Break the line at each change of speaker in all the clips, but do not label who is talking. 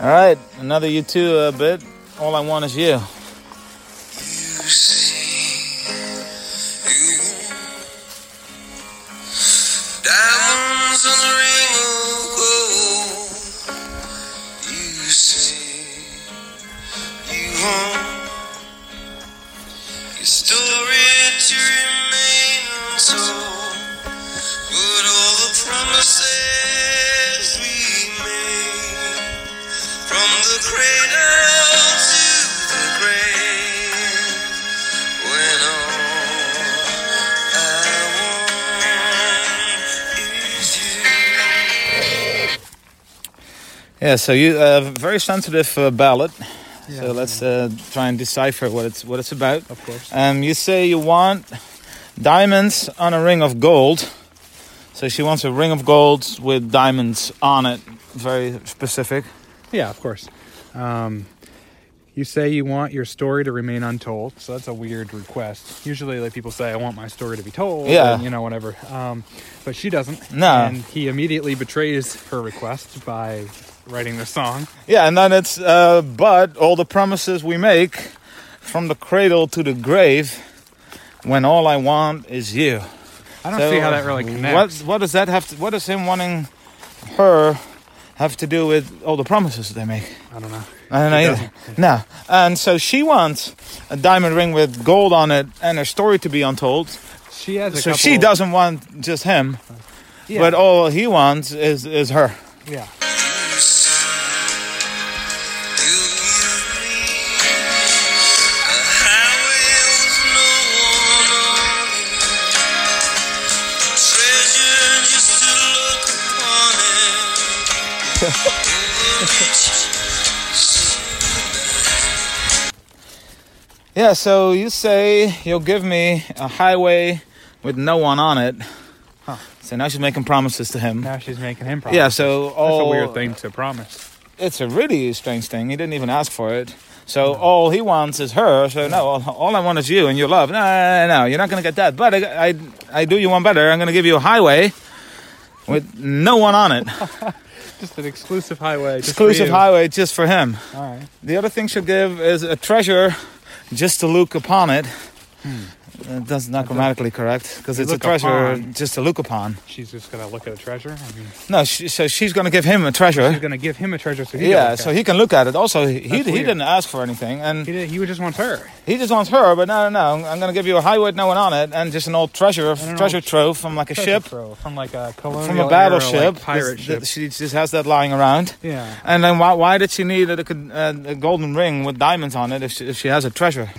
All right, another you two uh, bit. All I want is you.
Diamonds and a ring of gold. You say you want your story to remain untold. But all the promises we made, from the cradle to the grave, when all
Yeah, so you uh, very sensitive uh, ballad.
Yeah.
so let's uh, try and decipher what it's what it's about.
Of course.
Um, you say you want diamonds on a ring of gold. So she wants a ring of gold with diamonds on it. Very specific.
Yeah, of course. Um, you say you want your story to remain untold, so that's a weird request. Usually, like people say, "I want my story to be told,"
Yeah.
and, you know, whatever. Um, but she doesn't.
No.
and he immediately betrays her request by writing the song.
Yeah, and then it's uh, but all the promises we make from the cradle to the grave. When all I want is you.
I don't see how that really connects.
What, what does that have to? What does him wanting her have to do with all the promises they make?
I don't know.
I don't know either. No. And so she wants a diamond ring with gold on it and her story to be untold.
She has a
so
couple,
she doesn't want just him,
yeah,
but all he wants is is her.
yeah.
uh,
Yeah, so you say you'll give me a highway with no one on it.
Huh.
So now she's making promises to him.
Now she's making him promise.
Yeah, so
that's
all
a weird thing to promise.
It's a really strange thing. He didn't even ask for it. So all he wants is her. So no, all, all I want is you and your love. No, no, no, no, you're not gonna get that. But I, I, I do you one better. I'm gonna give you a highway with no one on it.
Just an exclusive highway. just for
Exclusive
you.
highway just for him.
All right.
The other thing she'll give is a treasure just to look upon it.
Hmm.
Uh, That's not grammatically correct because it's a
look
treasure
upon.
just to look upon.
She's just gonna look at a treasure. I mean,
No, she, so she's going to give him a
she's
treasure.
gonna give him a treasure. So he
Yeah,
goes,
so
okay.
he can look at it. Also, he, he
That's weird.
didn't ask for anything and
he did, he would just want her.
he just wants her, but no, no, no. I'm going to give you a highway with no one on it and just an old treasure,
an
treasure
old
trove from like a
treasure
ship,
trove from like a colonial
from a
era,
battleship.
like pirate
This-
ship.
that- She just has that lying around.
yeah,
And then why, why did she need a, a, uh, a golden ring with diamonds on it if she, if she has a treasure?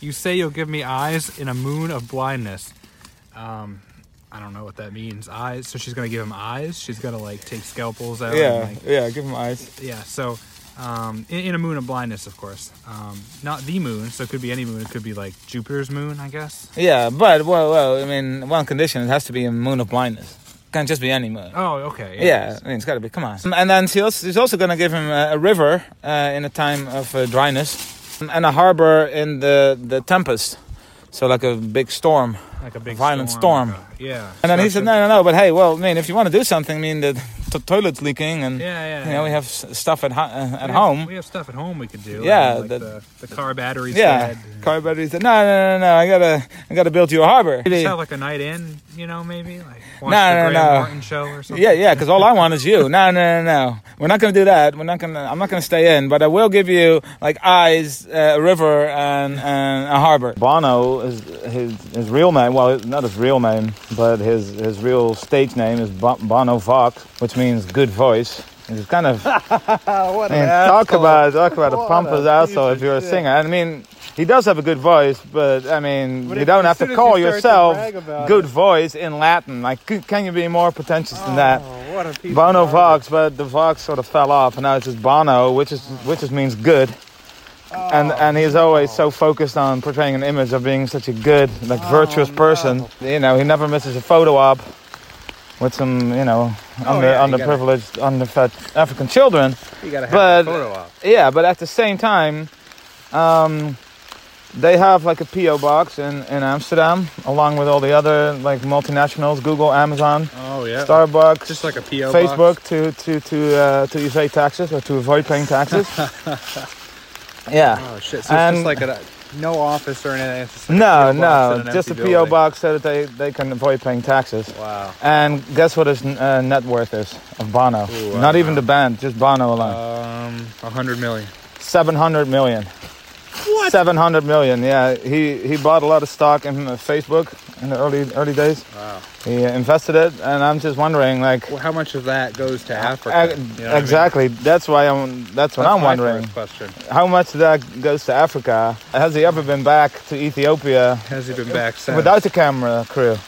you say you'll give me eyes in a moon of blindness. Um, I don't know what that means. Eyes. So she's gonna give him eyes. She's gonna like take scalpels out.
Yeah,
And, like,
yeah, give him eyes.
yeah. So. Um, in, in a moon of blindness, of course. Um, not the moon, so it could be any moon. It could be like Jupiter's moon, I guess.
Yeah, but well, well, I mean, one condition: it has to be a moon of blindness. Can't just be any moon.
Oh, okay.
Yeah, I mean, it's got to be. Come on. And then she also, she's also gonna give him a, a river uh, in a time of uh, dryness, and a harbor in the the tempest, so like a big storm.
Like a big
Violent storm.
Yeah.
And then he
So
said, no, no, no. But hey, well, I mean, if you want to do something, I mean, the t- toilet's leaking, and
Yeah, yeah.
you know, we have s- stuff at ho- uh, at
We have-
home.
We have stuff at home we could do.
Yeah,
I mean, like
that-
the, the car batteries.
Yeah, car batteries. No, no, no, no. I gotta, I gotta build you a harbor.
Just have like a night in, you know, maybe like watch
No,
the
no,
Graham
no.
Norton show or something.
Yeah, yeah, because all I want is you. No, no, no, no. We're not gonna do that. We're not gonna. I'm not gonna stay in. But I will give you like eyes, uh, a river, and, and a harbor. Bono is his his real name. Well, not his real name, but his his real stage name is Bo- Bono Vox, which means good voice. It's kind of
what
I mean, talk about talk about a pompous asshole if you're a singer. I mean, he does have a good voice, but I mean,
But
you
if-
don't
as
have
soon
to
as
call
you start to
yourself
brag about
good
it.
voice in Latin. Like, c- can you be more pretentious than that?
Oh, what a piece
Bono
of garbage.
Vox, but the Vox sort of fell off, and now it's just Bono, which is which just means good. and and he's always so focused on portraying an image of being such a good, like virtuous person. You know, he never misses a photo op with some, you know,
Oh,
under
yeah, you gotta-
underprivileged, underfed African children.
You gotta have
But-
the photo op.
Yeah, but at the same time, um, they have like a PO box in, in Amsterdam, along with all the other like multinationals, Google, Amazon,
Oh yeah.
Starbucks,
Just like a PO box.
Facebook to to to uh, to evade taxes or to avoid paying taxes. yeah.
Oh shit! So
And-
it's just like a no office or anything. It's just like
No,
a PO box
no,
in an
just a
empty
PO
building.
box so that they, they can avoid paying taxes.
Wow.
And guess what his uh, net worth is of Bono?
Ooh, I
Not
don't
even
know. Uh,
the band, just Bono alone.
Um, a hundred million.
Seven hundred million. What? Seven hundred million. Yeah, he he bought a lot of stock in uh, Facebook in the early early days.
Wow.
He uh, invested it, and I'm just wondering, like,
Well, how much of that goes to Africa?
uh,
You know what I mean?
exactly. That's why I'm. That's what
That's
I'm
my
wondering.
first question.
How much of that goes to Africa? Has he ever been back to Ethiopia
Has he been back since?
without the camera crew?